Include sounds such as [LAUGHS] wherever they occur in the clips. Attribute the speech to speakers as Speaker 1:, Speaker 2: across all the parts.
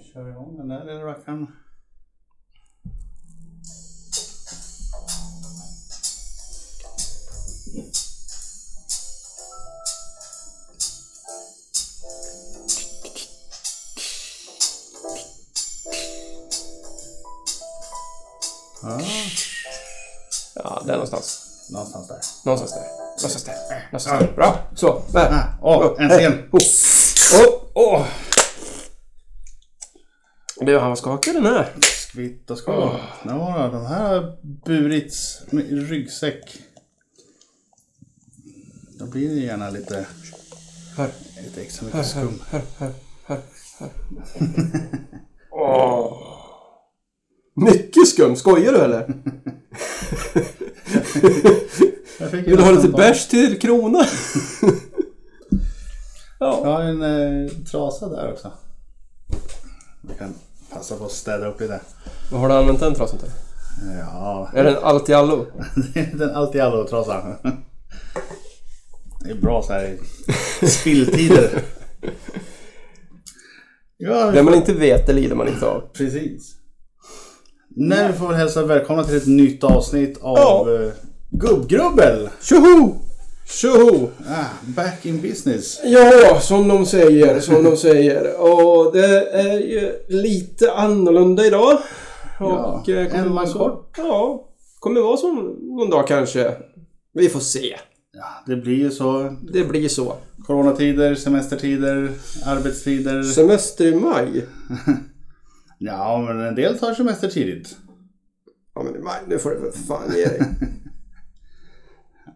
Speaker 1: kör igång den där lilla rackaren. Ja,
Speaker 2: Ja, där någonstans.
Speaker 1: någonstans där.
Speaker 2: Någonstans där. Någonstans där. Någonstans där. Bra. Så. Där.
Speaker 1: Ah, åh, en till!
Speaker 2: Oh. Oh. Oh. Du, han var skakig den här.
Speaker 1: Skvitt och skål. Ja, de här har burits med i ryggsäck. Då blir det gärna lite,
Speaker 2: Här.
Speaker 1: lite extra mycket skum.
Speaker 2: Här, här, här, här. Åh. Mycket skum. Skojar du eller?
Speaker 1: Jag fick
Speaker 2: Vill du ha
Speaker 1: nästan
Speaker 2: lite
Speaker 1: bara-
Speaker 2: bärs till krona? [LAUGHS]
Speaker 1: Jag har en eh, trasa där också. Vi kan passa på att städa upp i det.
Speaker 2: Vad har du använt den trasan till?
Speaker 1: Ja,
Speaker 2: Är det en allt i allo?
Speaker 1: det är [LAUGHS] den allt i allo-trasan. Det är bra så här i
Speaker 2: [LAUGHS]
Speaker 1: spilltider. Ja,
Speaker 2: Det man inte vet, det lider man inte av.
Speaker 1: Precis. Nej, vi får väl hälsa välkomna till ett nytt avsnitt av
Speaker 2: Ja.
Speaker 1: eh, Gubbgrubbel!
Speaker 2: Tjoho! Tjoho!
Speaker 1: Ah, back in business.
Speaker 2: Ja, som de säger, som de säger. Och det är ju lite annorlunda idag. Och
Speaker 1: Ja,
Speaker 2: eh, kommer
Speaker 1: en
Speaker 2: vara
Speaker 1: man
Speaker 2: så-
Speaker 1: kvar.
Speaker 2: Ja, kommer vara så någon dag kanske. Vi får se.
Speaker 1: Ja, det blir ju så.
Speaker 2: Det blir så.
Speaker 1: Coronatider, semestertider, arbetstider.
Speaker 2: Semester i maj.
Speaker 1: Ja, men en del tar semester tidigt.
Speaker 2: Ja men i maj, nu får du för fan ge dig.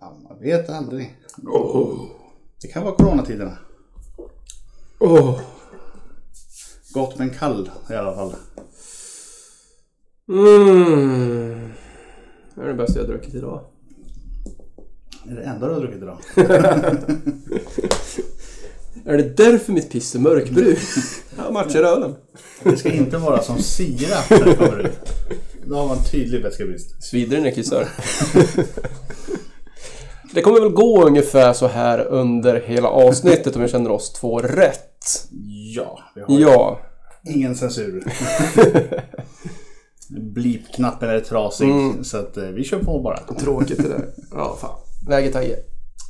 Speaker 1: Ja, man vet aldrig.
Speaker 2: Åh.
Speaker 1: Det kan vara coronatiderna.
Speaker 2: Åh.
Speaker 1: Gott men kall i alla fall.
Speaker 2: Mm. Det är det bästa jag har druckit idag.
Speaker 1: Det är det enda du har druckit idag.
Speaker 2: Är det därför mitt piss är mörkbrunt? Ja, matchar ölen.
Speaker 1: Det ska inte vara som sirap när det kommer ut. Då har man tydlig vätskebrist.
Speaker 2: Svider när jag kissar. Det kommer väl gå ungefär så här under hela avsnittet om jag känner oss två rätt.
Speaker 1: Ja, vi har
Speaker 2: Ja.
Speaker 1: Ingen censur. Blipknappen är trasig så att eh, vi kör på bara.
Speaker 2: Tråkigt det där. Ja, fan. Läget Agge?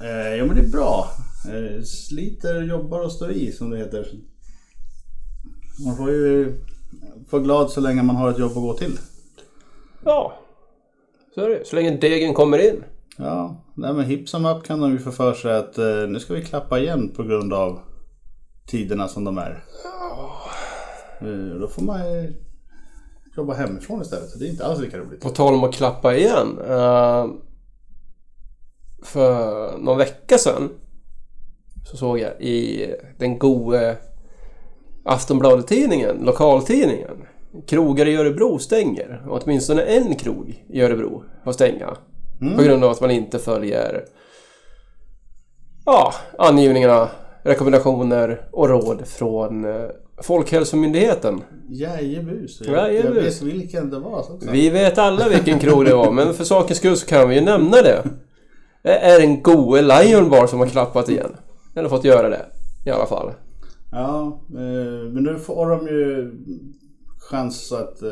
Speaker 1: Eh, jo men det är bra. Eh, sliter, jobbar och står i som det heter. Man får ju vara glad så länge man har ett jobb att gå till.
Speaker 2: Ja. Så är det Så länge degen kommer in.
Speaker 1: Ja, nej men hipp som upp kan de ju få för sig att eh, nu ska vi klappa igen på grund av tiderna som de är. Eh, då får man ju jobba hemifrån istället. så Det är inte alls lika roligt.
Speaker 2: På tal om att klappa igen. eh, för någon vecka sedan så såg jag i den gode Aftonbladet-tidningen, lokaltidningen. Krogar i Örebro stänger. Åtminstone en krog i Örebro får stänga. På grund av att man inte följer ja, angivningarna, rekommendationer och råd från eh, Folkhälsomyndigheten.
Speaker 1: Jajebus. Jag
Speaker 2: Jajebus.
Speaker 1: vet vilken det var. Så
Speaker 2: Vi vet alla vilken krog det var, men för sakens skull så kan vi ju nämna det. Det är en goe Lion Bar som har klappat igen. Eller fått göra det, i alla fall.
Speaker 1: Ja, eh, men nu får de ju chans att eh,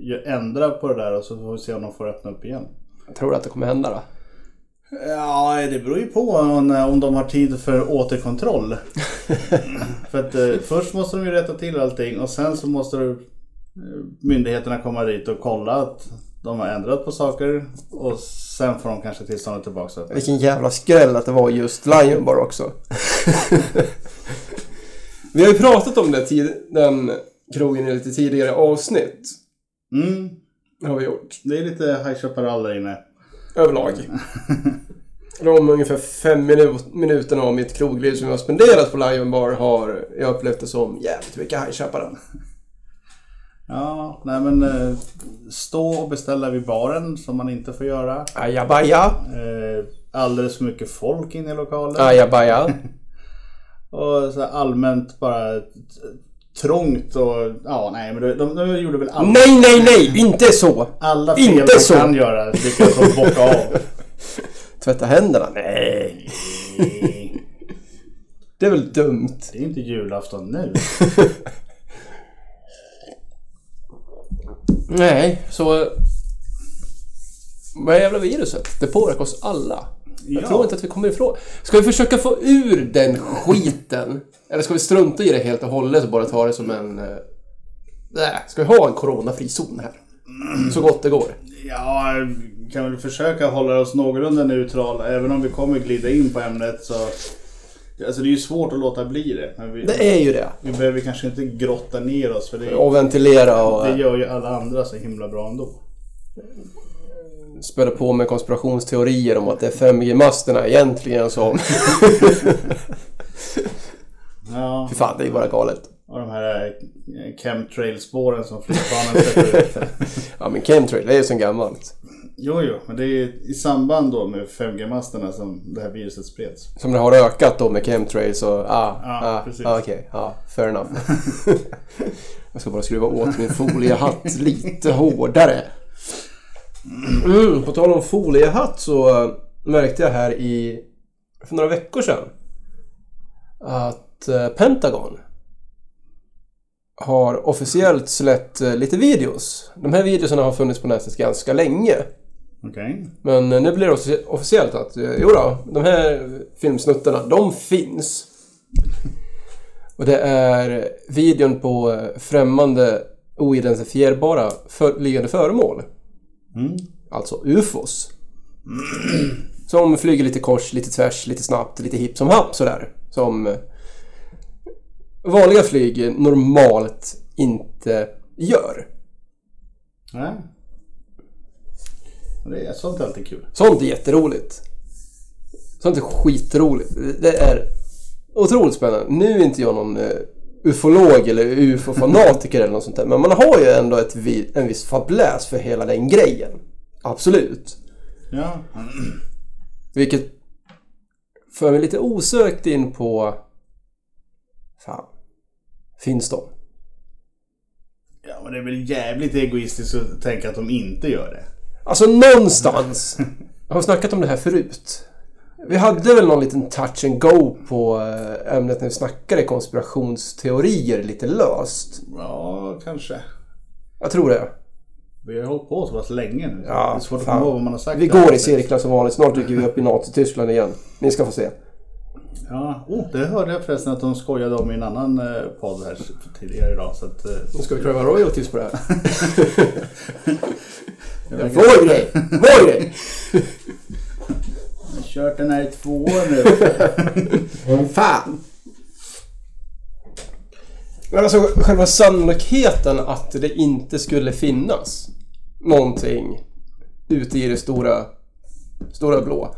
Speaker 1: ju ändra på det där och så får vi se om de får öppna upp igen.
Speaker 2: Jag tror att det kommer hända då.
Speaker 1: Ja, det beror ju på om, om de har tid för återkontroll. för att eh, först måste de ju rätta till allting och sen så måste du, eh, myndigheterna komma dit och kolla att de har ändrat på saker och sen får de kanske tillståndet tillbaka. Så att-
Speaker 2: Vilken jävla skräll att det var just Lion Bar också. [LAUGHS] vi har ju pratat om det tid- den krogen i lite tidigare avsnitt.
Speaker 1: Mm,
Speaker 2: Har vi gjort.
Speaker 1: det är lite High Chaparral där inne.
Speaker 2: Överlag. De ungefär fem minu- minuterna av mitt krogliv som jag har spenderat på Lion Bar har jag upplevt det som jävligt mycket High Chaparral.
Speaker 1: Ja, nej men eh, stå och beställa vid baren som man inte får göra.
Speaker 2: Ajabaja.
Speaker 1: Eh, alldeles för mycket folk inne i lokalen.
Speaker 2: Ajabaja.
Speaker 1: Och så här allmänt bara t- trångt och ja, nej men de, de, de gjorde väl all,
Speaker 2: Nej, nej, nej! Inte så!
Speaker 1: alla fel
Speaker 2: inte
Speaker 1: man
Speaker 2: så.
Speaker 1: kan göra. Lyckas de bocka av.
Speaker 2: Tvätta händerna? Nej.
Speaker 1: Nej,
Speaker 2: Det är väl dumt?
Speaker 1: det är inte julafton nu.
Speaker 2: Nej, så... Vad är jävla viruset? Det påverkar oss alla. Jag
Speaker 1: Ja.
Speaker 2: tror inte att vi kommer ifrån. Ska vi försöka få ur den skiten? Eller ska vi strunta i det helt och hållet och bara ta det som en... eh, Nej, ska vi ha en coronafri zon här? Så gott det går.
Speaker 1: Ja, vi kan väl försöka hålla oss någorlunda neutrala även om vi kommer glida in på ämnet så... Alltså det är ju svårt att låta bli det. Men vi,
Speaker 2: Det är ju det.
Speaker 1: vi behöver kanske inte grotta ner oss för det,
Speaker 2: Och ventilera och
Speaker 1: det
Speaker 2: eh,
Speaker 1: gör ju alla andra så himla bra ändå.
Speaker 2: späda på med konspirationsteorier om att det är 5G-masterna egentligen som...
Speaker 1: Ja,
Speaker 2: Fy fan, det är ju bara galet.
Speaker 1: och de här eh, chemtrail-spåren som flygplanen släpper ut.
Speaker 2: Ja men chemtrail, det är ju sen gammalt.
Speaker 1: Jo, jo, men det är i samband då med 5G-masterna som det här viruset spreds.
Speaker 2: Som det har ökat då med chemtrails och... Ah,
Speaker 1: Ja,
Speaker 2: ah,
Speaker 1: precis.
Speaker 2: ah okej. ah,
Speaker 1: [LAUGHS]
Speaker 2: fair enough. Jag ska bara skruva åt min foliehatt lite hårdare. Mm, på tal om foliehatt så eh, märkte jag här i... För några veckor sedan. Att eh, Pentagon har officiellt släppt eh, lite videos. De här videorna har funnits på nätet ganska länge.
Speaker 1: Okej.
Speaker 2: Men eh, nu blir det offici- officiellt att eh, jo då, de här filmsnuttarna, de finns. Och det är videon på eh, främmande oidentifierbara för, liggande föremål.
Speaker 1: Mm.
Speaker 2: Alltså UFOs. [CLEARS THROAT] Som flyger lite kors, lite tvärs, lite snabbt, lite hipp som happ sådär. Som eh, vanliga flyg normalt inte gör.
Speaker 1: Nej. Det är sånt är alltid kul.
Speaker 2: Sånt är jätteroligt. Sånt är skitroligt. Det är otroligt spännande. Nu är inte jag någon eh, ufolog eller ufo-fanatiker eller något sånt där. Men man har ju ändå ett, vi- en viss fäbless för hela den grejen. Absolut.
Speaker 1: Ja.
Speaker 2: Vilket för mig lite osökt in på... Fan. Finns de?
Speaker 1: ja, men det är väl jävligt egoistiskt att tänka att de inte gör det.
Speaker 2: Alltså någonstans. Jag har snackat om det här förut. Vi hade väl någon liten touch and go på eh, ämnet när vi snackade konspirationsteorier lite löst.
Speaker 1: Ja, kanske.
Speaker 2: Jag tror det.
Speaker 1: Vi har hållit på så pass länge nu.
Speaker 2: Ja,
Speaker 1: det är svårt att
Speaker 2: fan.
Speaker 1: komma ihåg vad man har sagt.
Speaker 2: Vi
Speaker 1: där.
Speaker 2: går i cirklar som vanligt. Snart dyker vi upp i Nazityskland igen. Ni ska få se.
Speaker 1: Ja. Oh, det hörde jag förresten att de skojade om i en annan eh, podd här tidigare idag. Så att, eh,
Speaker 2: Nu ska vi kräva royalties på det här.
Speaker 1: jag
Speaker 2: Ja,
Speaker 1: har
Speaker 2: [LAUGHS] Vår grej! Vår grej!
Speaker 1: kört den här i två år nu.
Speaker 2: Fan! Men alltså själva sannolikheten att det inte skulle finnas någonting ute i det stora, stora blå.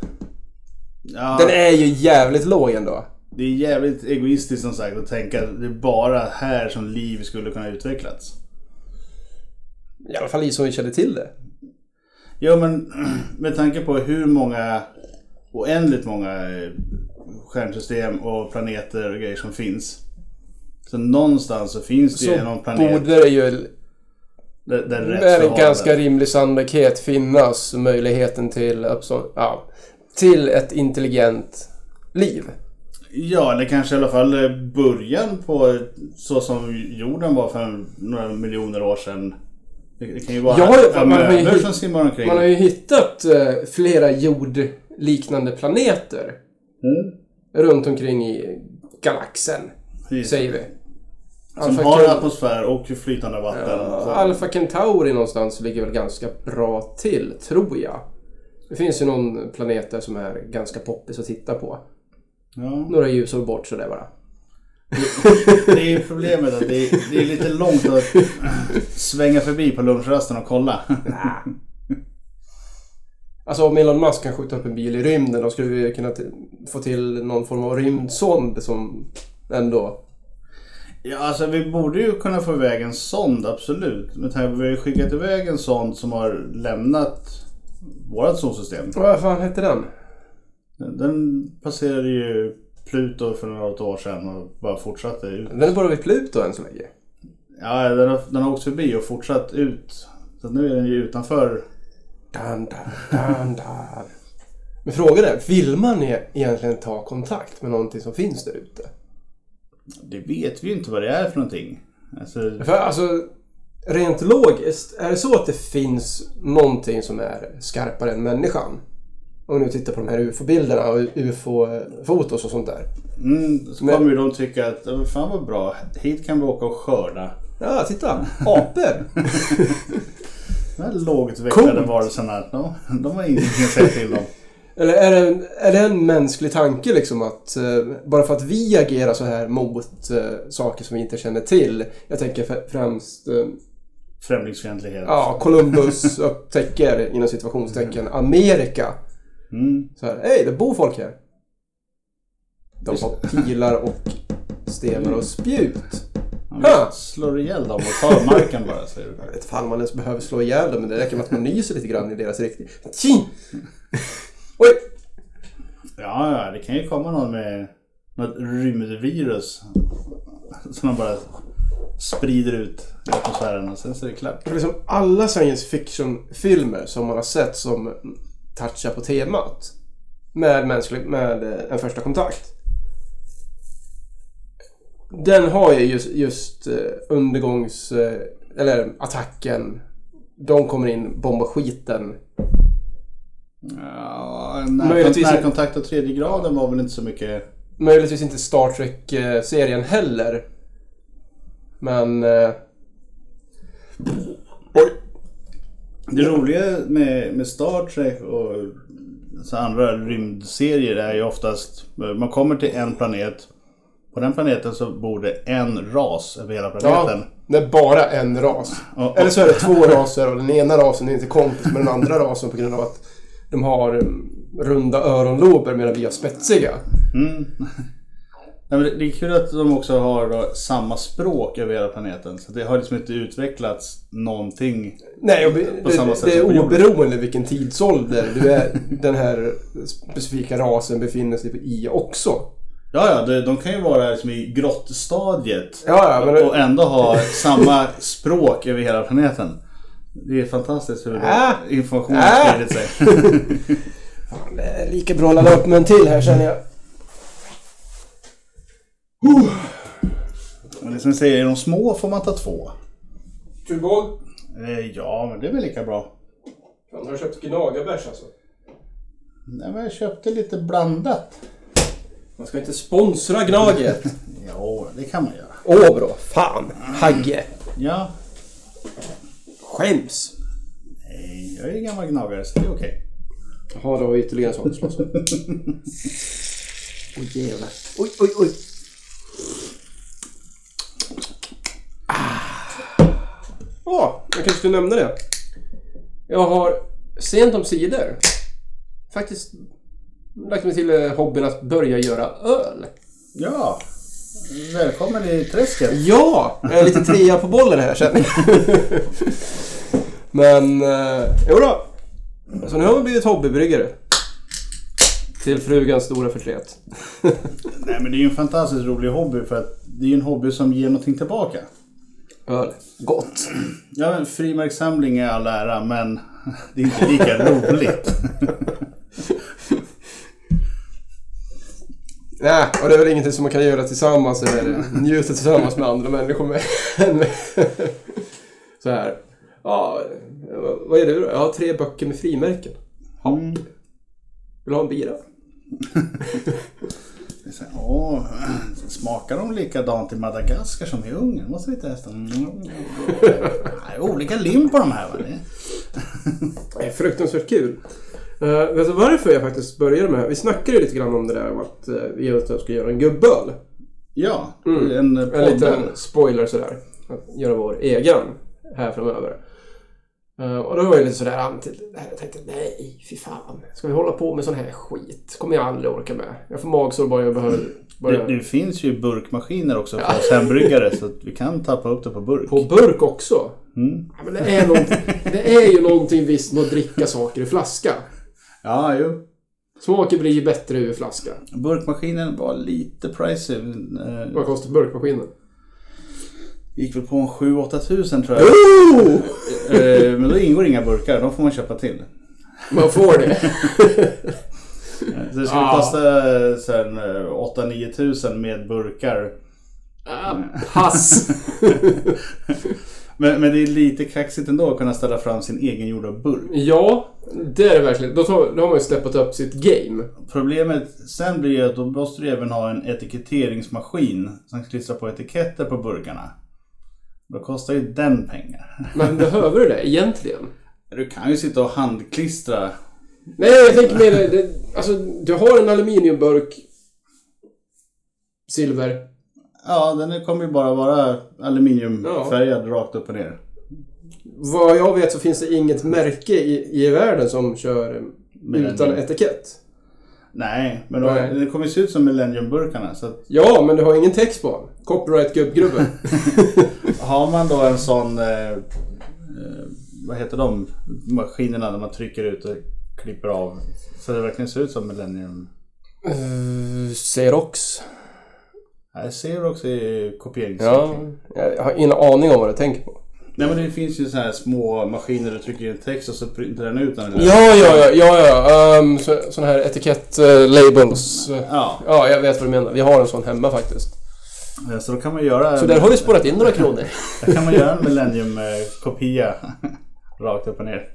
Speaker 1: Ja,
Speaker 2: [LAUGHS] Den är ju jävligt låg ändå.
Speaker 1: det är jävligt egoistiskt som sagt att tänka att det är bara här som liv skulle kunna utvecklas.
Speaker 2: I alla fall i som vi kände till det.
Speaker 1: Ja men [CLEARS THROAT] med tanke på hur många oändligt många eh, stjärnsystem och planeter och grejer som finns. Så någonstans så finns det ju
Speaker 2: Så
Speaker 1: någon planet
Speaker 2: borde det ju
Speaker 1: där, där rätt
Speaker 2: med en
Speaker 1: förhållande-
Speaker 2: ganska rimlig sannolikhet finnas möjligheten till, uppså- ja, till ett intelligent liv.
Speaker 1: Ja eller kanske i alla fall eh, början på så som jorden var för några miljoner år sedan. Det det kan ju vara
Speaker 2: Ja,
Speaker 1: ja,
Speaker 2: man har ju
Speaker 1: amöbor
Speaker 2: hit-
Speaker 1: som simmar omkring.
Speaker 2: Man har ju hittat eh, flera jordliknande planeter
Speaker 1: Mm.
Speaker 2: runt omkring i galaxen,
Speaker 1: Precis.
Speaker 2: säger vi.
Speaker 1: Som
Speaker 2: Alpha
Speaker 1: har
Speaker 2: Centauri-
Speaker 1: atmosfär och flytande vatten.
Speaker 2: Alltså, Ja,
Speaker 1: Så-
Speaker 2: Alpha Centauri någonstans ligger väl ganska bra till, tror jag. Det finns ju någon planet där som är ganska poppis att titta på. [LAUGHS]
Speaker 1: Ja.
Speaker 2: Några ljusår bort sådär bara.
Speaker 1: Det är problemet att det är, det är lite långt att svänga förbi på lunchrasten och kolla.
Speaker 2: Alltså om Elon Musk kan skjuta upp en bil i rymden då skulle vi kunna t- få till någon form av rymdsond som ändå...
Speaker 1: Ja, alltså vi borde ju kunna få iväg en sond, absolut. Men här, vi har ju skickat iväg en sond som har lämnat vårt solsystem.
Speaker 2: Vad fan hette den?
Speaker 1: Den passerade ju Pluto för några år sedan och bara fortsatte ut.
Speaker 2: Den är bara vid Pluto än så länge.
Speaker 1: Ja, den har, den har åkt förbi och fortsatt ut. Så nu är den ju utanför.
Speaker 2: Dun, dun, dun, dun. Men frågan är, vill man e- egentligen ta kontakt med någonting som finns där ute?
Speaker 1: Det vet vi ju inte vad det är för någonting. Alltså,
Speaker 2: För alltså, rent logiskt, är det så att det finns någonting som är skarpare än människan? Om vi nu tittar på de här UFO-bilderna och UFO-fotos och sånt där.
Speaker 1: Mm, så
Speaker 2: Men-
Speaker 1: kommer ju de tycka att "Ja, men fan vad bra, hit kan vi åka och skörda.
Speaker 2: Ja, titta! Apor!
Speaker 1: De här lågt utvecklade
Speaker 2: Coolt.
Speaker 1: varelserna, de, de har ingenting att säga till
Speaker 2: [LAUGHS]
Speaker 1: om.
Speaker 2: [LAUGHS] Eller är det, en, är det en mänsklig tanke liksom att eh, bara för att vi agerar så här mot eh, saker som vi inte känner till. Jag tänker fr- främst eh,
Speaker 1: Främlingsfientlighet.
Speaker 2: ja, Columbus upptäcker inom situationstecken Amerika.
Speaker 1: Mm.
Speaker 2: Så här, hej det bor folk här. De har pilar och stenar och spjut.
Speaker 1: Han
Speaker 2: Ha!
Speaker 1: slår ihjäl dem och tar marken bara säger du.
Speaker 2: Jag vet fan om man ens behöver slå ihjäl dem men det räcker med att man nyser lite grann i deras riktning. Tji! Oj!
Speaker 1: Ja, ja, det kan ju komma någon med något rymdvirus. Som de bara sprider ut i atmosfären och sen så är det klart.
Speaker 2: För liksom alla science fiction-filmer som man har sett som touchar på temat med, mänsklig, med eh, en första kontakt. Den har ju just, just eh, undergångs... eh, Eller attacken. De kommer in, bombar skiten.
Speaker 1: Ja,
Speaker 2: Möjligtvis-
Speaker 1: när, närkontakt och tredje graden var väl inte så mycket...
Speaker 2: Möjligtvis inte Star Trek-serien heller. Men... eh, Oj!
Speaker 1: Det roliga med, med Star Trek och så andra rymdserier är ju oftast... eh, Man kommer till en planet. På den planeten så bor det en ras över hela
Speaker 2: Ja,
Speaker 1: planeten.
Speaker 2: det är bara en ras.
Speaker 1: Ja, och-
Speaker 2: Eller så är det två raser och den ena rasen är inte kompis med den andra rasen på grund av att de har mm, runda öronlober medan vi har spetsiga.
Speaker 1: Mm. [LAUGHS] Nej, men det- det är kul att de också har då samma språk över hela planeten. Så det har liksom inte utvecklats någonting.
Speaker 2: Nej, och be-
Speaker 1: På
Speaker 2: det,
Speaker 1: samma sätt
Speaker 2: det är
Speaker 1: som på jorden.
Speaker 2: oberoende vilken tidsålder du är, den här specifika rasen befinner sig i också.
Speaker 1: Ja, ja, det- de kan ju vara liksom i grottstadiet.
Speaker 2: Ja, ja, men det-
Speaker 1: Och ändå ha samma [LAUGHS] språk över hela planeten. Det är fantastiskt hur
Speaker 2: Äh.
Speaker 1: det information
Speaker 2: Äh.
Speaker 1: har spridit sig.
Speaker 2: Fan, det är lika bra att ladda upp med en till här känner jag.
Speaker 1: Men det som jag säger, är de små får man ta två.
Speaker 2: Tuborg,
Speaker 1: Eh, Ja, men det är väl lika bra.
Speaker 2: fan har du köpt gnagarbärs alltså?
Speaker 1: Nej, men jag köpte lite blandat.
Speaker 2: Man ska inte sponsra Gnaget.
Speaker 1: Jo, det kan man göra.
Speaker 2: Åh bra, fan. Hagge.
Speaker 1: Ja,
Speaker 2: Skäms.
Speaker 1: nej, Eh, jag är ju gammal gnagare så det är okej.
Speaker 2: Jaha, det var ytterligare en sak att slåss om. Oj jävlar. Oj, oj, oj. Ah. Åh, jag kanske skulle nämna det. Jag har sent om sidor faktiskt lagt mig till eh, hobbyn att börja göra öl.
Speaker 1: Ja, välkommen i träsket.
Speaker 2: Ja! Jag är lite trea på bollen här känner jag. Men, eh, jodå. Så nu har vi blivit hobbybryggare. Till frugans stora förtret.
Speaker 1: Nej men det är ju en fantastiskt rolig hobby för att det är ju en hobby som ger någonting tillbaka.
Speaker 2: Öl. Gott.
Speaker 1: Ja men frimärkssamling är all ära men [LAUGHS] det är inte lika roligt.
Speaker 2: Nej, och det är väl ingenting som man kan göra tillsammans eller njuta tillsammans med andra människor med. Så här. Ja, vad är du då? Jag har tre böcker med frimärken.
Speaker 1: Mm.
Speaker 2: Vill du ha en bira?
Speaker 1: Det är så här, Åh, [CLEARS THROAT] smakar de likadant i Madagaskar som i Ungern? Måste vi testa? Mm. Det är olika lim på de här va? Det-
Speaker 2: Det är fruktansvärt kul. Eh, vet du varför jag faktiskt började med Vi snackade ju lite grann om det där om att eh, vi eventuellt ska göra en gubböl.
Speaker 1: Ja, en
Speaker 2: En
Speaker 1: podd.
Speaker 2: liten spoiler sådär. Att göra vår egen här framöver. Eh, och då var jag lite sådär anti det här. Jag tänkte nej, fy fan. Ska vi hålla på med sån här skit? kommer jag aldrig orka med. Jag får magsår bara jag behöver... Bara
Speaker 1: Det, det finns ju burkmaskiner också för oss hembryggare så att vi kan tappa upp det på burk.
Speaker 2: På burk också.
Speaker 1: Mm.
Speaker 2: Ja, men det, är någonting, det är ju någonting visst med att dricka saker i flaska.
Speaker 1: Ja, jo.
Speaker 2: Smaken blir ju bättre ur flaska.
Speaker 1: Burkmaskinen var lite pricey. men, eh,
Speaker 2: Vad kostar burkmaskinen?
Speaker 1: Gick väl på en 7-8 tusen tror jag.
Speaker 2: Oh!
Speaker 1: Eh, Men då ingår inga burkar, de får man köpa till.
Speaker 2: Man får det.
Speaker 1: Eh, Så det skulle
Speaker 2: Ah.
Speaker 1: kosta eh, så här, eh, 8-9 tusen med burkar.
Speaker 2: Ah, pass.
Speaker 1: Men, men det är lite kaxigt ändå att kunna ställa fram sin egengjorda burk.
Speaker 3: Ja, det är det verkligen. Då, tar, då har man ju steppat upp sitt game.
Speaker 1: Problemet sen blir ju att då måste du även ha en etiketteringsmaskin som klistrar på etiketter på burkarna. Då kostar ju den pengar.
Speaker 3: Men behöver du det egentligen?
Speaker 1: Du kan ju sitta och handklistra.
Speaker 3: Nej, jag tänker mer... Det, alltså, du har en aluminiumburk. Silver.
Speaker 1: Ja, den kommer ju bara vara aluminiumfärgad rakt upp och ner.
Speaker 3: Vad jag vet så finns det inget märke i, i världen som kör eh,
Speaker 1: Millennium.
Speaker 3: utan etikett.
Speaker 1: Nej, men
Speaker 3: Nej.
Speaker 1: Då, det kommer ju se ut som Millennium-burkarna. Så att,
Speaker 3: Ja, men du har ingen text på den. Copyright gubbgubben.
Speaker 1: har man då en sån... Eh, eh, vad heter de maskinerna där man trycker ut och klipper av? Så det verkligen ser ut som Millennium.
Speaker 3: uh, Xerox.
Speaker 1: Nej, Xerox är ju kopierings...
Speaker 2: Ja, jag har ingen aning om vad du tänker på.
Speaker 1: Nej men det finns ju såna här små maskiner där du trycker in text och så printar den ut den.
Speaker 2: Ja, ja, ja, ja, ja. Um, så, sån här etikett-labels.
Speaker 1: ja.
Speaker 2: ja, jag vet vad du menar. Vi har en sån hemma faktiskt.
Speaker 1: eh, Så då kan man göra...
Speaker 2: Så där har vi sparat in några kronor.
Speaker 1: Där kan man göra en Millennium-kopia. [LAUGHS] Rakt upp och ner.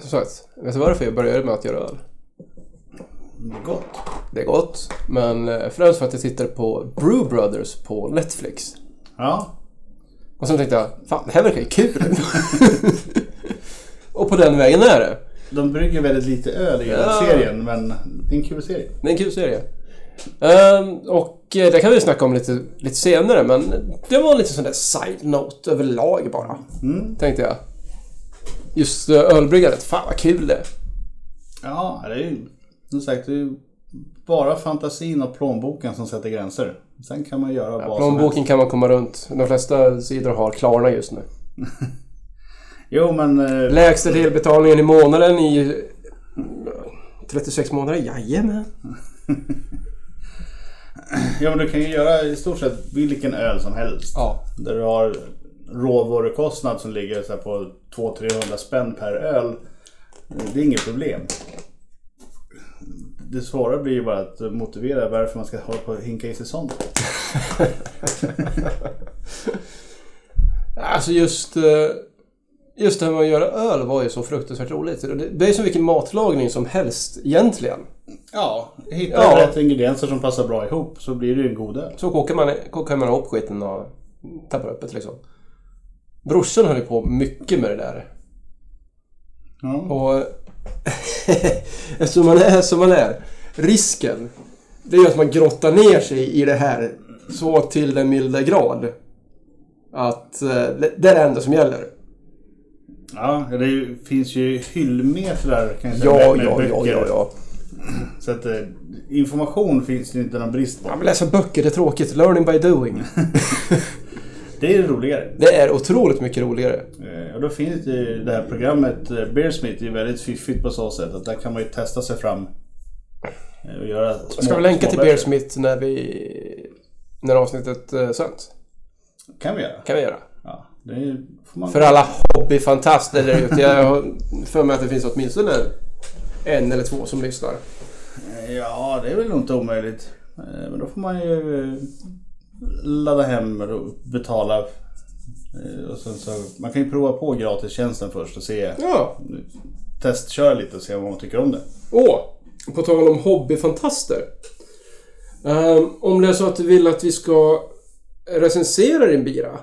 Speaker 2: Som sagt, vet du varför jag började med att göra öl?
Speaker 1: Det är gott.
Speaker 2: Det är gott, men eh, främst för att jag tittade på Brew Brothers på Netflix.
Speaker 1: Ja.
Speaker 2: Och sen tänkte jag, fan det här verkar ju [LAUGHS] kul. och på den vägen är det.
Speaker 1: De brygger väldigt lite öl i den
Speaker 2: Ja.
Speaker 1: serien men det är en kul serie.
Speaker 2: Det är en kul serie. Ehm, och eh, det kan vi snacka om lite, lite senare, men det var en liten sån där side-note överlag bara.
Speaker 1: Mm.
Speaker 2: Tänkte jag. Just eh, ölbryggandet, fan vad kul det är.
Speaker 1: Ja, det är ju som sagt det är ju bara fantasin och plånboken som sätter gränser. Sen kan man göra vad som helst.
Speaker 2: Plånboken kan man komma runt. De flesta sidor har Klarna just nu.
Speaker 1: Jo men... eh,
Speaker 2: Lägsta delbetalningen i månaden i... 36 månader? Jajamän.
Speaker 1: Ja men du kan ju göra i stort sett vilken öl som helst.
Speaker 2: Ja.
Speaker 1: Där du har råvarukostnad som ligger så här på 200-300 spänn per öl. eh, Det är inget problem. Det svåra blir ju bara att motivera varför man ska hålla på och hinka i sig sånt.
Speaker 2: Alltså just... eh, Just det här med att göra öl var ju så fruktansvärt roligt. Det- Det är som vilken matlagning som helst egentligen.
Speaker 1: Ja, hitta
Speaker 2: Ja.
Speaker 1: rätt ingredienser som passar bra ihop så blir det ju en god öl.
Speaker 2: Så kokar man, kokar man ihop skiten och tappar upp det liksom. Brorsan höll ju på mycket med det där.
Speaker 1: Ja.
Speaker 2: Och [LAUGHS] eftersom man är som man är, risken det är ju att man grottar ner sig i det här så till den milda grad att eh, det det är det enda som gäller.
Speaker 1: Ja, det är ju- finns ju hyllmetrar kan jag säga,
Speaker 2: Ja,
Speaker 1: med- med
Speaker 2: ja, ja,
Speaker 1: böcker.
Speaker 2: ja, ja.
Speaker 1: Så att eh, information finns det ju inte någon brist på.
Speaker 2: ja men läsa böcker det är tråkigt. Learning by doing.
Speaker 1: Det är roligare.
Speaker 2: Det är otroligt mycket roligare.
Speaker 1: Eh, Och då finns det ju det här programmet eh, Beersmith, det är väldigt fiffigt på så sätt att där kan man ju testa sig fram. eh, Och göra små,
Speaker 2: Jag ska vi länka till
Speaker 1: små böcker.
Speaker 2: Beersmith när vi... När avsnittet eh, sänds?
Speaker 1: kan vi göra.
Speaker 2: kan vi göra.
Speaker 1: Ja, det är, får man...
Speaker 2: För alla hobbyfantaster där ute. Jag har för mig att det finns åtminstone en eller två som lyssnar.
Speaker 1: Ja, det är väl nog inte omöjligt. Eh, Men då får man ju eh, ladda hem och betala. Eh, Och sen så, man kan ju prova på gratistjänsten först och se.
Speaker 2: Ja,
Speaker 1: Testköra lite och se vad man tycker om det.
Speaker 2: Åh, på tal om hobbyfantaster. Ehm, om det är så att du vill att vi ska recensera din bira.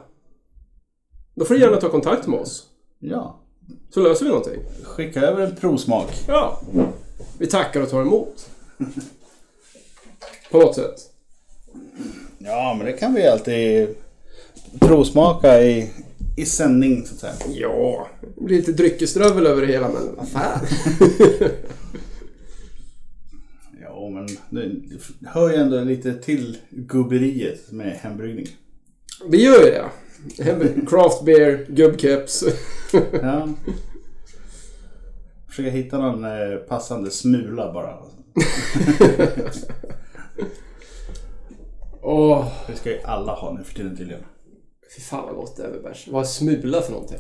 Speaker 2: Då får du gärna ta kontakt med oss.
Speaker 1: Ja,
Speaker 2: Så löser vi någonting.
Speaker 1: skicka över en provsmak.
Speaker 2: Ja. Vi tackar och tar emot. På något sätt.
Speaker 1: Ja, men det kan vi alltid provsmaka i, i sändning så att säga.
Speaker 2: Ja. Det blir lite dryckesdrövel över det hela men vad fan.
Speaker 1: [LAUGHS] Ja, men det, det hör ju ändå lite till gubberiet med hembryggning.
Speaker 2: Vi gör ju det. Hem- Craft beer, gubbkeps.
Speaker 1: Ja. [LAUGHS] Försöka hitta någon eh, passande smula bara.
Speaker 2: [LAUGHS] Åh,
Speaker 1: Det ska ju alla ha nu för tiden tydligen.
Speaker 2: fy fan vad gott det är med bärs. Vad är smula för någonting?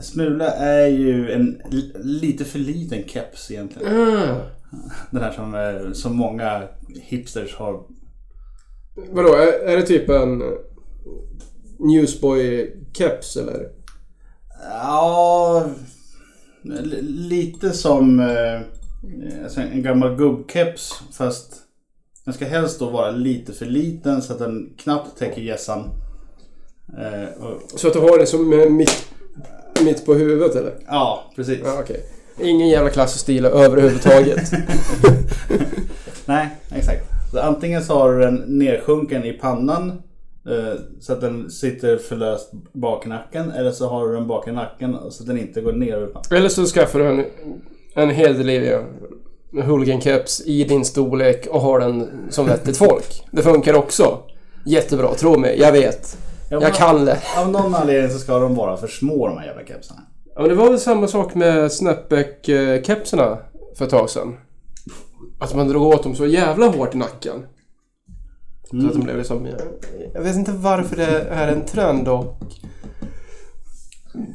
Speaker 1: Smula är ju en l- lite för liten keps egentligen.
Speaker 2: Ah.
Speaker 1: Den här som eh, så många hipsters har.
Speaker 2: Vadå, är, är det typ en...
Speaker 3: Newsboy-keps eller?
Speaker 1: Ja, li- lite som eh, alltså en gammal gubbkeps fast den ska helst då vara lite för liten så att den knappt täcker gässan. Eh, och,
Speaker 3: Så att du har det som eh, mitt, mitt på huvudet eller?
Speaker 1: ja, precis.
Speaker 3: Ja, okej.
Speaker 2: Ingen jävla klass och stil överhuvudtaget. [LAUGHS]
Speaker 1: Nej, exakt. Så antingen så har du den nedsjunken i pannan eh, så att den sitter för löst bak i nacken eller så har du den bak i nacken så att den inte går ner över pannan.
Speaker 2: Eller så skaffar du en, en hederlig Hooligan-keps i din storlek och har den som vettigt folk. Det funkar också. Jättebra, tro mig. Jag vet.
Speaker 1: Ja, men
Speaker 2: Jag kan det.
Speaker 1: Av någon anledning så ska de vara för små de här jävla kepsarna.
Speaker 2: Ja, men det var väl samma sak med Snapback-kepsarna för ett tag sedan. Att man drog åt dem så jävla hårt i nacken. Så att de blev liksom... Jag vet inte varför det är en trend då.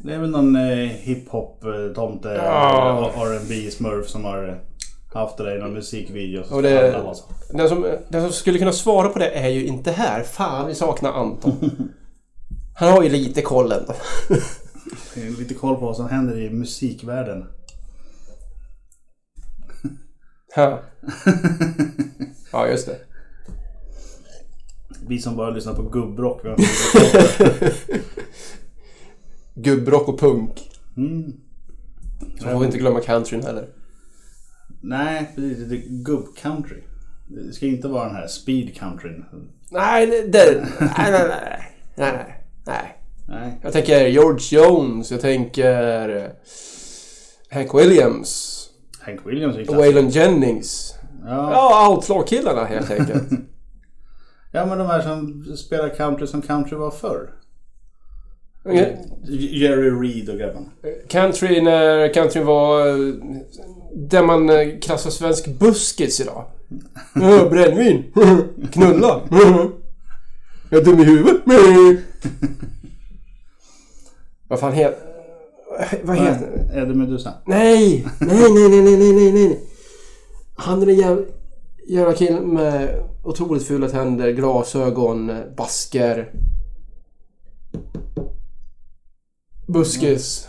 Speaker 1: Det är väl någon eh, hiphop-tomte, eh,
Speaker 2: Ja.
Speaker 1: R&B smurf som har eh, haft det där i någon musikvideo. Så ska
Speaker 2: Och det-
Speaker 1: alla ha så.
Speaker 2: Den som, den som skulle kunna svara på det är ju inte här. Fan, vi saknar Anton. [LAUGHS] Han har ju lite koll ändå.
Speaker 1: Jag har Lite koll på vad som händer i musikvärlden.
Speaker 2: Ja. ja, just det.
Speaker 1: Vi som bara lyssnar på gubbrock. vi har-
Speaker 2: Gubbrock och punk.
Speaker 1: Mm.
Speaker 2: Så får vi inte glömma countryn heller.
Speaker 1: Nej, precis. Det är gubb-country. Det ska inte vara den här speed-countryn.
Speaker 2: Nej, det... det nej, nej, nej, nej, nej, nej.
Speaker 1: Nej.
Speaker 2: Jag tänker George Jones, jag tänker eh, Hank Williams,
Speaker 1: Hank Williams är ju klass.
Speaker 2: Waylon Jennings.
Speaker 1: Ja.
Speaker 2: Ja, Outlaw-killarna helt enkelt.
Speaker 1: ja, men de här som spelar country som country var förr.
Speaker 2: Okej.
Speaker 1: Jerry Reed och grabbarna.
Speaker 2: Country när country var eh, det man eh, klassar svensk buskis idag. Ö, Brännvin! [LAUGHS] Knulla! [LAUGHS] Jag är dum i huvudet! [LAUGHS] Vad fan heter... Vad heter...
Speaker 1: Eddie Meduza.
Speaker 2: Nej! Nej, nej, nej, nej, nej, nej, nej. Han är den jävla, jävla killen med otroligt fula tänder, glasögon, basker. Buskis.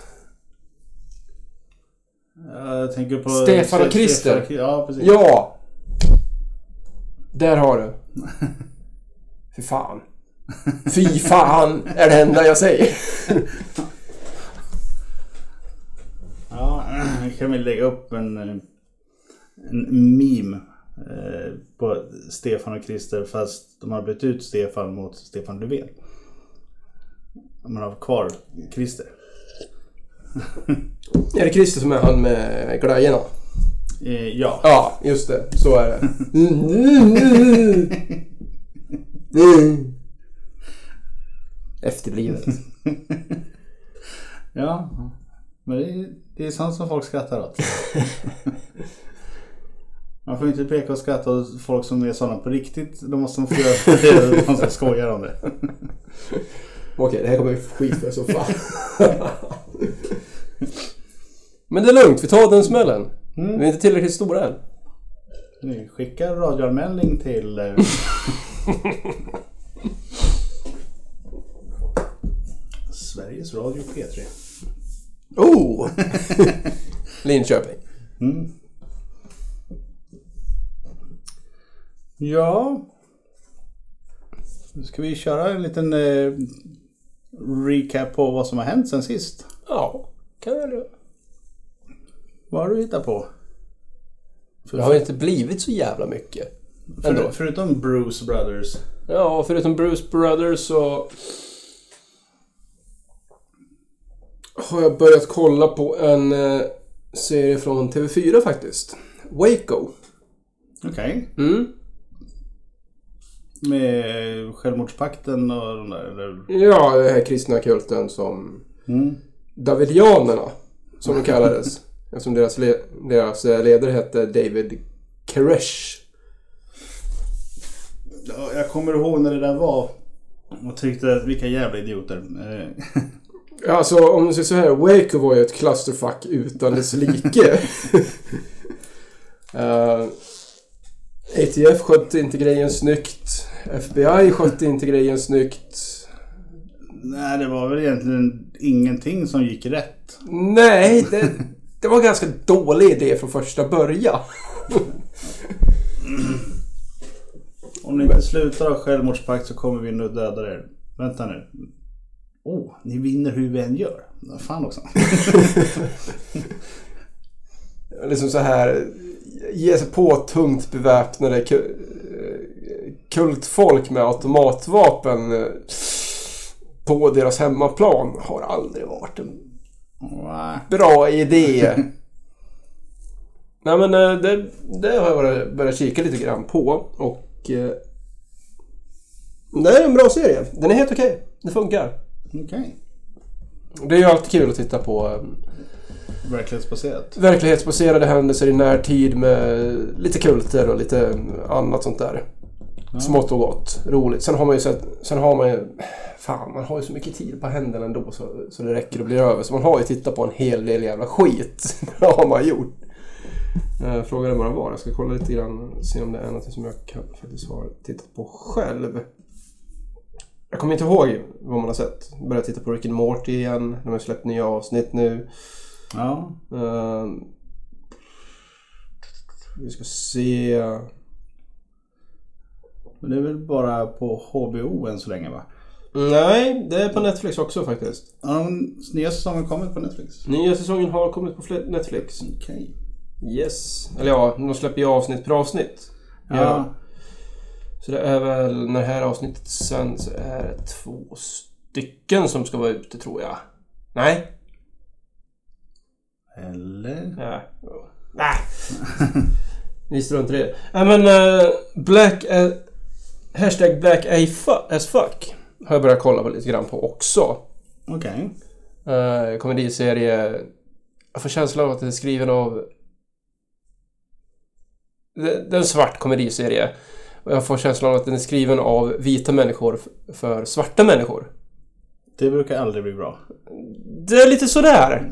Speaker 1: Jag tänker på...
Speaker 2: Stefan och Christer.
Speaker 1: Stefan- Ja, precis.
Speaker 2: Ja! Där har du. Fy fan. Fy fan är det enda jag säger.
Speaker 1: Ja, [CLEARS THROAT] vi kan väl lägga upp en, eh, en meme eh, på Stefan och Christer fast de har bytt ut Stefan mot Stefan Löfven. Man har kvar Christer.
Speaker 2: Är det Christer som är han med glajjorna?
Speaker 1: Eh, ja,
Speaker 2: Ja, just det. Så är det. Mm. [LAUGHS] Efterblivet.
Speaker 1: ja. Men det är, det är sånt som folk skrattar
Speaker 2: [LAUGHS]
Speaker 1: åt. Man får inte peka och skratta åt folk som är sådana på riktigt. Då måste man få göra [LAUGHS] de som skojar om det.
Speaker 2: Okej, det här kommer bli skit för som fan. Men det är lugnt, vi tar den smällen.
Speaker 1: Mm.
Speaker 2: Vi är inte tillräckligt stora än.
Speaker 1: Nu skickar radioanmälning till... [LAUGHS] eh, Sveriges Radio P3.
Speaker 2: Oh! [LAUGHS] Linköping.
Speaker 1: Mm. Ja. Nu ska vi köra en liten eh, recap på vad som har hänt sen sist.
Speaker 2: Ja, kan jag göra.
Speaker 1: Vad har du hittat på?
Speaker 2: Det har ju inte blivit så jävla mycket. Ändå.
Speaker 1: För, förutom Bruce Brothers.
Speaker 2: Ja, förutom Bruce Brothers så... Har jag börjat kolla på en eh, serie från TV4 faktiskt. Waco.
Speaker 1: Okej.
Speaker 2: Mm.
Speaker 1: Med självmordspakten och de där. Eller?
Speaker 2: Ja, den här kristna kulten som...
Speaker 1: Mm.
Speaker 2: Davidianerna, som de kallades. Eftersom deras, le- deras eh, ledare hette David Koresh.
Speaker 1: Ja, Jag kommer ihåg när det där var. Och tyckte att vilka jävla idioter. Eh,
Speaker 2: Alltså om du säger så här, Waco var ju ett clusterfuck utan dess like. Eh, ATF skötte inte grejen snyggt. FBI skötte inte grejen snyggt.
Speaker 1: Nej, det var väl egentligen ingenting som gick rätt.
Speaker 2: Nej, det, det var en ganska dålig idé från första början.
Speaker 1: Om ni inte slutar ha självmordspakt så kommer vi nu döda er. Vänta nu. Oh, ni vinner hur vi än gör. Fan också.
Speaker 2: Liksom så här, ge sig på tungt beväpnade ku- eh, kultfolk med automatvapen eh, på deras hemmaplan har aldrig varit en
Speaker 1: Nej.
Speaker 2: bra idé. Nej men eh, det, det har jag börjat, börjat kika lite grann på och... eh, Det är en bra serie. Den är helt okej. Det funkar.
Speaker 1: Okej.
Speaker 2: Det är ju alltid kul att titta på eh,
Speaker 1: Verklighetsbaserat.
Speaker 2: verklighetsbaserade händelser i närtid med lite kulter och lite eh, annat sånt där. Smått och gott. Roligt. Sen har man ju sett... Sen har man ju... Fan, man har ju så mycket tid på händerna ändå så, så det räcker och blir över. Så man har ju tittat på en hel del jävla skit. [LAUGHS] det har man gjort. Eh, Frågan är bara var. Jag ska kolla lite grann se om det är något som jag kan, faktiskt har tittat på själv. Jag kommer inte ihåg vad man har sett. Börjat titta på Rick and Morty igen. De har släppt nya avsnitt nu.
Speaker 1: Ja.
Speaker 2: Ehm, vi ska se.
Speaker 1: Men det är väl bara på HBO än så länge va?
Speaker 2: Nej, det är på Netflix också faktiskt.
Speaker 1: Har den nya säsongen kommit på Netflix?
Speaker 2: Nya säsongen har kommit på fle- Netflix.
Speaker 1: Okej.
Speaker 2: Yes. Eller ja, de släpper ju avsnitt per avsnitt.
Speaker 1: Ja.
Speaker 2: Ja. Så det är väl när det här avsnittet sänds är det två stycken som ska vara ute tror jag. Nej.
Speaker 1: Eller?
Speaker 2: Nej. Nej. [LAUGHS] Vi struntar i det. Nej men eh, Black... eh, hashtag Black A fu- as fuck. Har jag börjat kolla på lite grann på också.
Speaker 1: Okej.
Speaker 2: Uh, komediserie. Jag får känslan av att den är skriven av... Det, det är en svart komediserie. Och jag får känslan av att den är skriven av vita människor f- för svarta människor.
Speaker 1: Det brukar aldrig bli bra.
Speaker 2: Det är lite sådär.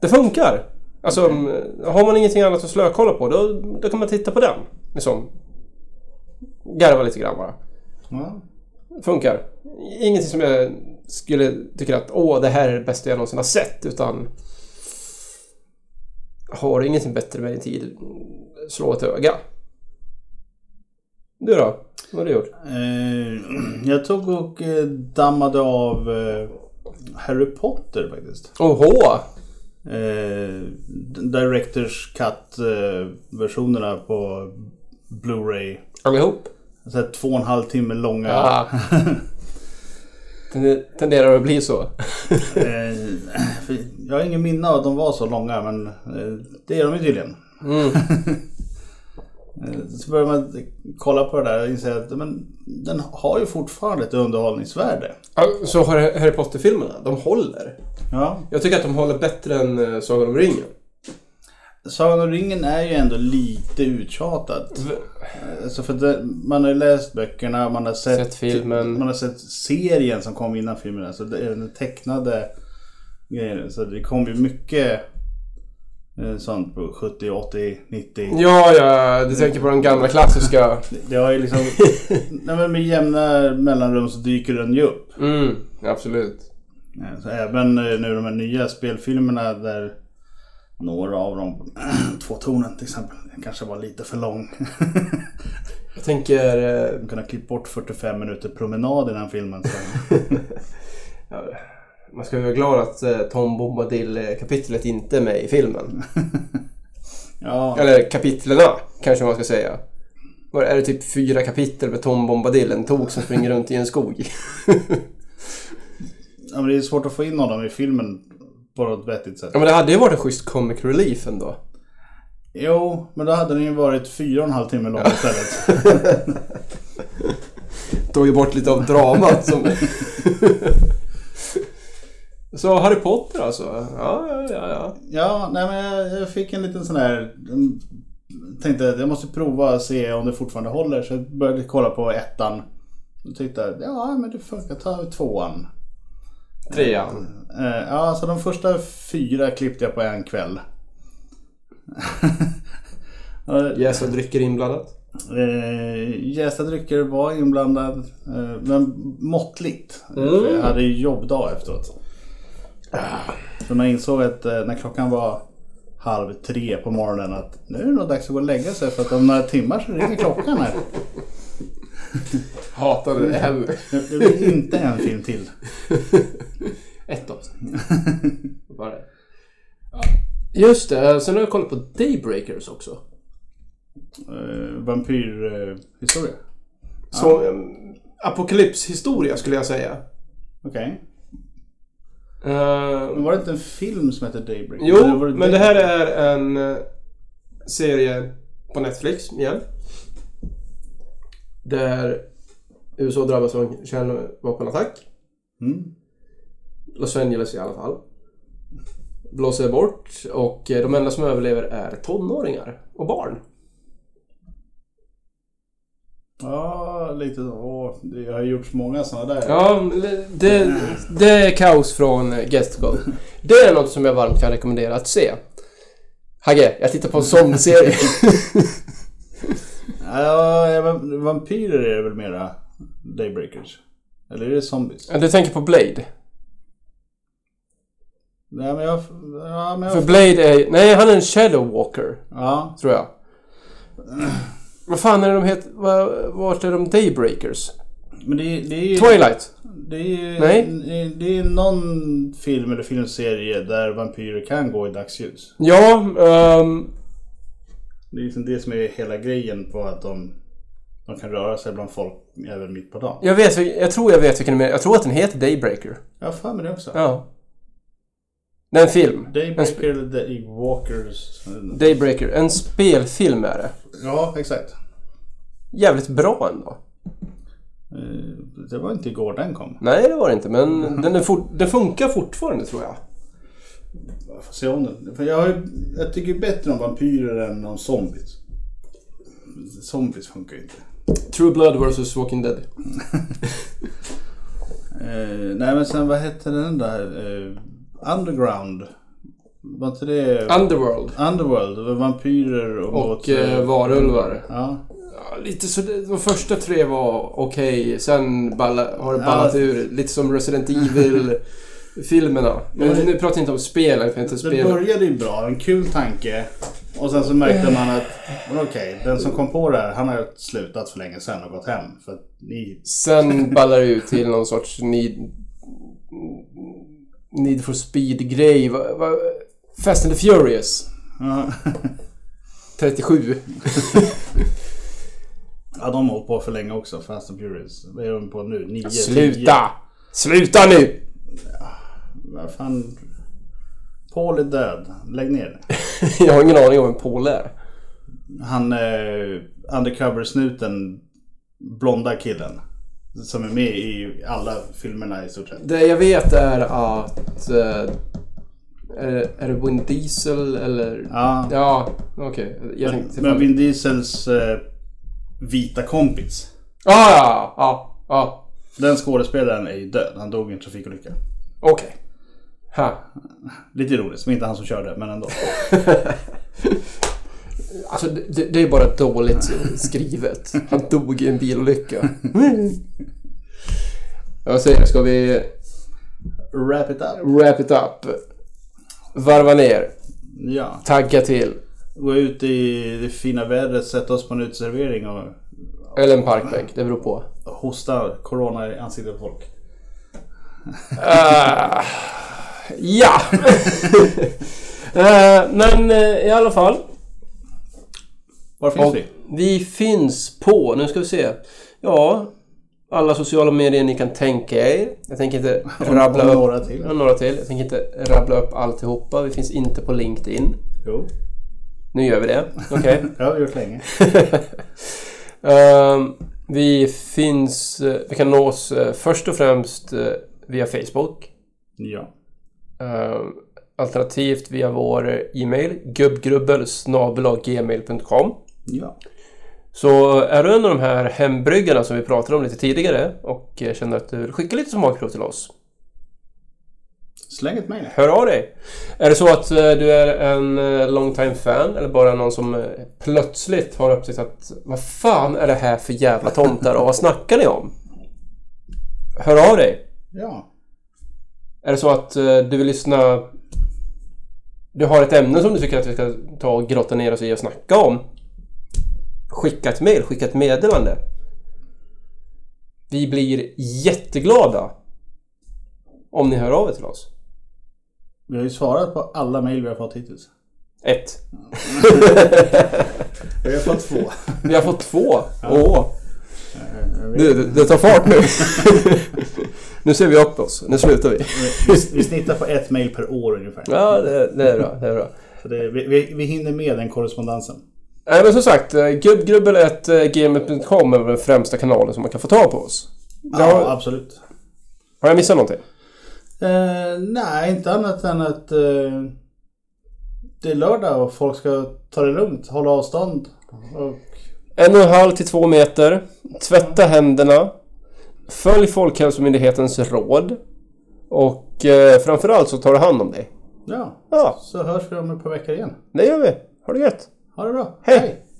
Speaker 2: Det funkar. Alltså, om- har man ingenting annat att slökolla på, då, då kan man titta på den. Liksom. Garva lite grann bara.
Speaker 1: Ja.
Speaker 2: Funkar. Ingenting som jag skulle tycka att åh, det här är det bästa jag någonsin har sett, utan... Har du ingenting bättre med din tid, slå ett öga. Du då? Vad har du gjort?
Speaker 1: Eh, [CLEARS THROAT] jag tog och eh, dammade av eh, Harry Potter faktiskt.
Speaker 2: Oho!
Speaker 1: Eh, Directors Cut-versionerna på Blu-ray.
Speaker 2: Allihop?
Speaker 1: Så här två och en halv timme långa.
Speaker 2: Ja. Tende- Tenderar att bli så.
Speaker 1: Eh, [LAUGHS] för jag har ingen minne av att de var så långa men eh, det är de ju tydligen.
Speaker 2: Mm.
Speaker 1: [LAUGHS] Eh, Så börjar man kolla på det där och inser att men, den har ju fortfarande ett underhållningsvärde.
Speaker 2: Ja, Så har Harry Potter-filmerna, de håller.
Speaker 1: Ja.
Speaker 2: Jag tycker att de håller bättre än eh, Sagan om ringen.
Speaker 1: Sagan om ringen är ju ändå lite uttjatad. Alltså för det, man har ju läst böckerna, man har sett,
Speaker 2: Sett filmen.
Speaker 1: man har sett serien som kom innan filmen. Alltså det, även den tecknade grejen. Så det kom ju mycket eh, sånt på 70, 80, 90.
Speaker 2: Ja, ja, du tänker på de gamla [LAUGHS] klassiska.
Speaker 1: Det- Det har ju liksom...
Speaker 2: [LAUGHS]
Speaker 1: nej men med jämna mellanrum så dyker den ju upp.
Speaker 2: Mm, absolut.
Speaker 1: Ja, Så även eh, nu de här nya spelfilmerna där några av dem, [CLEARS THROAT] Två tornen till exempel, den kanske var lite för lång.
Speaker 2: Jag tänker... eh,
Speaker 1: Man kunde ha klippt bort 45 minuter promenad i den här filmen. Så.
Speaker 2: [LAUGHS] ja, Man ska vara glad att eh, Tom Bombadil-kapitlet inte är med i filmen.
Speaker 1: Ja,
Speaker 2: Eller kapitlerna, kanske man ska säga. Var är det typ fyra kapitel med Tom Bombadil, en tok som springer runt i
Speaker 4: [LAUGHS]
Speaker 2: en skog?
Speaker 1: ja, men det är svårt att få in honom i filmen på något vettigt sätt.
Speaker 2: Ja, men det hade ju varit en schysst comic
Speaker 4: [LAUGHS]
Speaker 2: relief ändå.
Speaker 1: Jo, men då hade den ju varit fyra och en halv timme lång istället.
Speaker 2: Tog ju bort lite av dramat som... Så Harry Potter alltså? Ja, ja, ja. ja.
Speaker 1: Ja, nej men jag- jag fick en liten sån här... mm, Tänkte att jag måste prova och se om det fortfarande håller. Så jag började kolla på ettan. Och tyckte att ja, men det funkar. Ta tvåan.
Speaker 2: Trean.
Speaker 1: Eh, Ja, så de första fyra klippte [LAUGHS] jag på en kväll. Och-
Speaker 2: Jäsa och drycker inblandat.
Speaker 1: Eh, jästa drycker var inblandad, eh, men måttligt. Eh, för
Speaker 2: Mm.
Speaker 1: Jag hade ju jobbdag efteråt. Så man insåg att eh, när klockan var halv tre på morgonen att nu är det nog dags att gå och lägga sig för att om några timmar så ringer klockan här.
Speaker 4: Hatade det här.
Speaker 1: Det blir inte en film till.
Speaker 4: Ett
Speaker 2: [LAUGHS]
Speaker 4: avsnitt. Bara det. Ja. Just
Speaker 2: eh,
Speaker 4: det, sen har jag kollat på Daybreakers också.
Speaker 1: Eh, Vampyrhistoria.
Speaker 2: Så, em, apokalypshistoria skulle jag säga.
Speaker 1: Okej.
Speaker 4: Eh,
Speaker 1: Men Var det inte en film som hette Daybreak? Eller
Speaker 2: Ehm, Jo,
Speaker 1: var
Speaker 2: men det här är en eh, serie på Netflix igen. Där USA drabbas av en kärnvapenattack.
Speaker 1: Mm.
Speaker 2: Los Angeles i alla fall. Blåser bort och eh, de enda som överlever är tonåringar och barn.
Speaker 1: Ja, lite så. Åh, det har ju gjorts många sådana där.
Speaker 2: Ja, det, det är kaos från Guest Go. Det är något som jag varmt kan rekommendera att se. Hagge, jag tittar på en zombieserie.
Speaker 1: Ja, ja, va- vampyrer är det väl mera Daybreakers? Eller är det zombies?
Speaker 2: Du tänker på Blade?
Speaker 1: Nej, men jag... Ja, men
Speaker 2: För
Speaker 1: jag...
Speaker 2: Blade är... Nej, han är en shadow walker,
Speaker 1: Ja,
Speaker 2: tror jag. Vad fan är det de heter? Va- Vart är de Daybreakers?
Speaker 1: men det, är- det är ju...
Speaker 2: Twilight?
Speaker 1: Det är ju...
Speaker 2: Nej.
Speaker 1: Det är någon film eller filmserie där vampyrer kan gå i dagsljus.
Speaker 2: Ja, ehm,
Speaker 1: Det är liksom det som är hela grejen på att de, de kan röra sig bland folk även mitt på dagen.
Speaker 2: jag vet... vil- Jag tror jag vet vilken det är. Jag tror att den heter Daybreaker.
Speaker 1: Jag har för mig det också.
Speaker 2: Ja. Det är en film. En sp-
Speaker 1: Daybreaker eller Daywalkers.
Speaker 2: Daybreaker. En spelfilm är det.
Speaker 1: Ja, exakt.
Speaker 2: Jävligt bra ändå.
Speaker 1: Eh, Det var inte igår den kom.
Speaker 2: Nej, det var det inte. Men den, är fort, den funkar fortfarande tror jag.
Speaker 1: Jag får se om den. För jag, har ju- jag tycker ju bättre om vampyrer än om zombies. Zombies funkar ju inte.
Speaker 2: True Blood vs Walking Dead.
Speaker 1: Eh, nej men sen vad hette den där? Eh, Underground. Var inte det
Speaker 2: Underworld.
Speaker 1: Underworld? Det var vampyrer och,
Speaker 2: Och
Speaker 1: mot,
Speaker 2: eh, varulvar.
Speaker 1: Ja.
Speaker 2: Ja, lite så det, de första tre var okej, sen balla, har det ballat
Speaker 1: Ja.
Speaker 2: ur. Lite som Resident Evil-filmerna. Men
Speaker 1: Ja, det-
Speaker 2: nu pratar jag inte om spelen, för jag har inte
Speaker 1: Det
Speaker 2: spelat.
Speaker 1: började ju bra, en kul tanke. Och sen så märkte man att men okej, den som kom på det här han har slutat för länge sedan och gått hem. För att ni...
Speaker 2: Sen ballar det ut till någon sorts need, need for speed-grej. Va- va- Fast and the Furious
Speaker 1: Ja.
Speaker 2: 37.
Speaker 1: Ja, de har hållit på för länge också, Fast and Furious. Vad är de på nu? 9?
Speaker 2: Sluta! Sluta nu!
Speaker 1: Vad fan... Paul är död. Lägg ner det.
Speaker 2: Jag har ingen aning om vem Paul är.
Speaker 1: Han eh, undercover-snuten, blonda killen. Som är med i alla filmerna i stort sett.
Speaker 2: Det jag vet är att... eh, Är, är det Vin Diesel eller...
Speaker 1: Ja,
Speaker 2: Ja, okej. Jag tänkte...
Speaker 1: men Vin Diesels eh, vita kompis.
Speaker 2: Ah, ja, ja, ja.
Speaker 1: Den skådespelaren är ju död. Han dog i en trafikolycka.
Speaker 2: Okej. Ha.
Speaker 1: Lite ironiskt, men inte han som körde, men ändå.
Speaker 2: Alltså det, det är bara dåligt skrivet. Han dog i en bilolycka. [LAUGHS] Jag säger, ska vi
Speaker 1: Wrap it up.
Speaker 2: wrap it up? Varva ner,
Speaker 1: Ja.
Speaker 2: tagga till.
Speaker 1: Gå ut i det fina vädret, sätta oss på en uteservering och
Speaker 2: Eller en parkbänk, det beror på.
Speaker 1: hosta corona i ansiktet på folk.
Speaker 2: Ah, ja! [LAUGHS] Eh, men eh, i alla fall.
Speaker 1: Var finns
Speaker 2: Och
Speaker 1: vi?
Speaker 2: vi finns på, nu ska vi se. Ja, alla sociala medier ni kan tänka er. Jag tänker inte rabbla
Speaker 1: Och [LAUGHS]
Speaker 2: upp
Speaker 1: några till.
Speaker 2: Ja, några till. Jag tänker inte rabbla upp alltihopa. Vi finns inte på LinkedIn.
Speaker 1: Jo,
Speaker 2: Nu gör vi det. Okej.
Speaker 1: [LAUGHS] det har vi gjort länge.
Speaker 2: Ehm, vi finns... eh, Vi kan nås eh, först och främst eh, via Facebook.
Speaker 1: Ja.
Speaker 2: Ehm, alternativt via vår eh, e-mail gubbgrubbel gmail.com
Speaker 1: Ja.
Speaker 2: Så är du en av de här hembryggarna som vi pratade om lite tidigare och eh, känner att du vill skicka lite smakprov till oss
Speaker 1: Släng ett mejl.
Speaker 2: Hör av dig! Är det så att eh, du är en eh, long time fan eller bara någon som eh, plötsligt har upptäckt att vad fan är det här för jävla tomtar och vad snackar ni om? Hör av dig!
Speaker 1: Ja.
Speaker 2: Är det så att eh, du vill lyssna... Du har ett ämne som du tycker att vi ska ta och grotta ner oss i och snacka om? Skicka ett mail, skicka ett meddelande. Vi blir jätteglada om ni hör av er till oss.
Speaker 1: Vi har ju svarat på alla mejl vi har fått hittills.
Speaker 2: Ett. [LAUGHS]
Speaker 1: Vi har fått [LAUGHS] två.
Speaker 2: Vi har fått två. Åh,
Speaker 1: Eh, Vi,
Speaker 5: Nu, det, det tar fart
Speaker 2: [LAUGHS]
Speaker 5: nu. nu ser vi upp oss. Nu slutar vi.
Speaker 1: vi, vi snittar på ett mejl per år ungefär.
Speaker 2: ja det, det är bra. Det är bra.
Speaker 1: Så det, vi, vi, vi hinner med den korrespondensen.
Speaker 2: Nej men som sagt, eh, gubbgrubbel.gmail.com är väl den främsta kanalen som man kan få tag på oss.
Speaker 1: Ja, absolut.
Speaker 2: Har jag missat någonting?
Speaker 1: Eh, nej, inte annat än att eh, det är lördag och folk ska ta det lugnt, hålla avstånd. Och
Speaker 2: En och en halv till två meter. Tvätta händerna. Följ Folkhälsomyndighetens råd. Och eh, framförallt så tar du hand om dig.
Speaker 1: ja,
Speaker 2: Ja,
Speaker 1: så hörs vi om ett par veckor igen.
Speaker 2: det gör vi. Ha det gött!
Speaker 1: Ha det bra.
Speaker 2: Hej.
Speaker 1: Hej.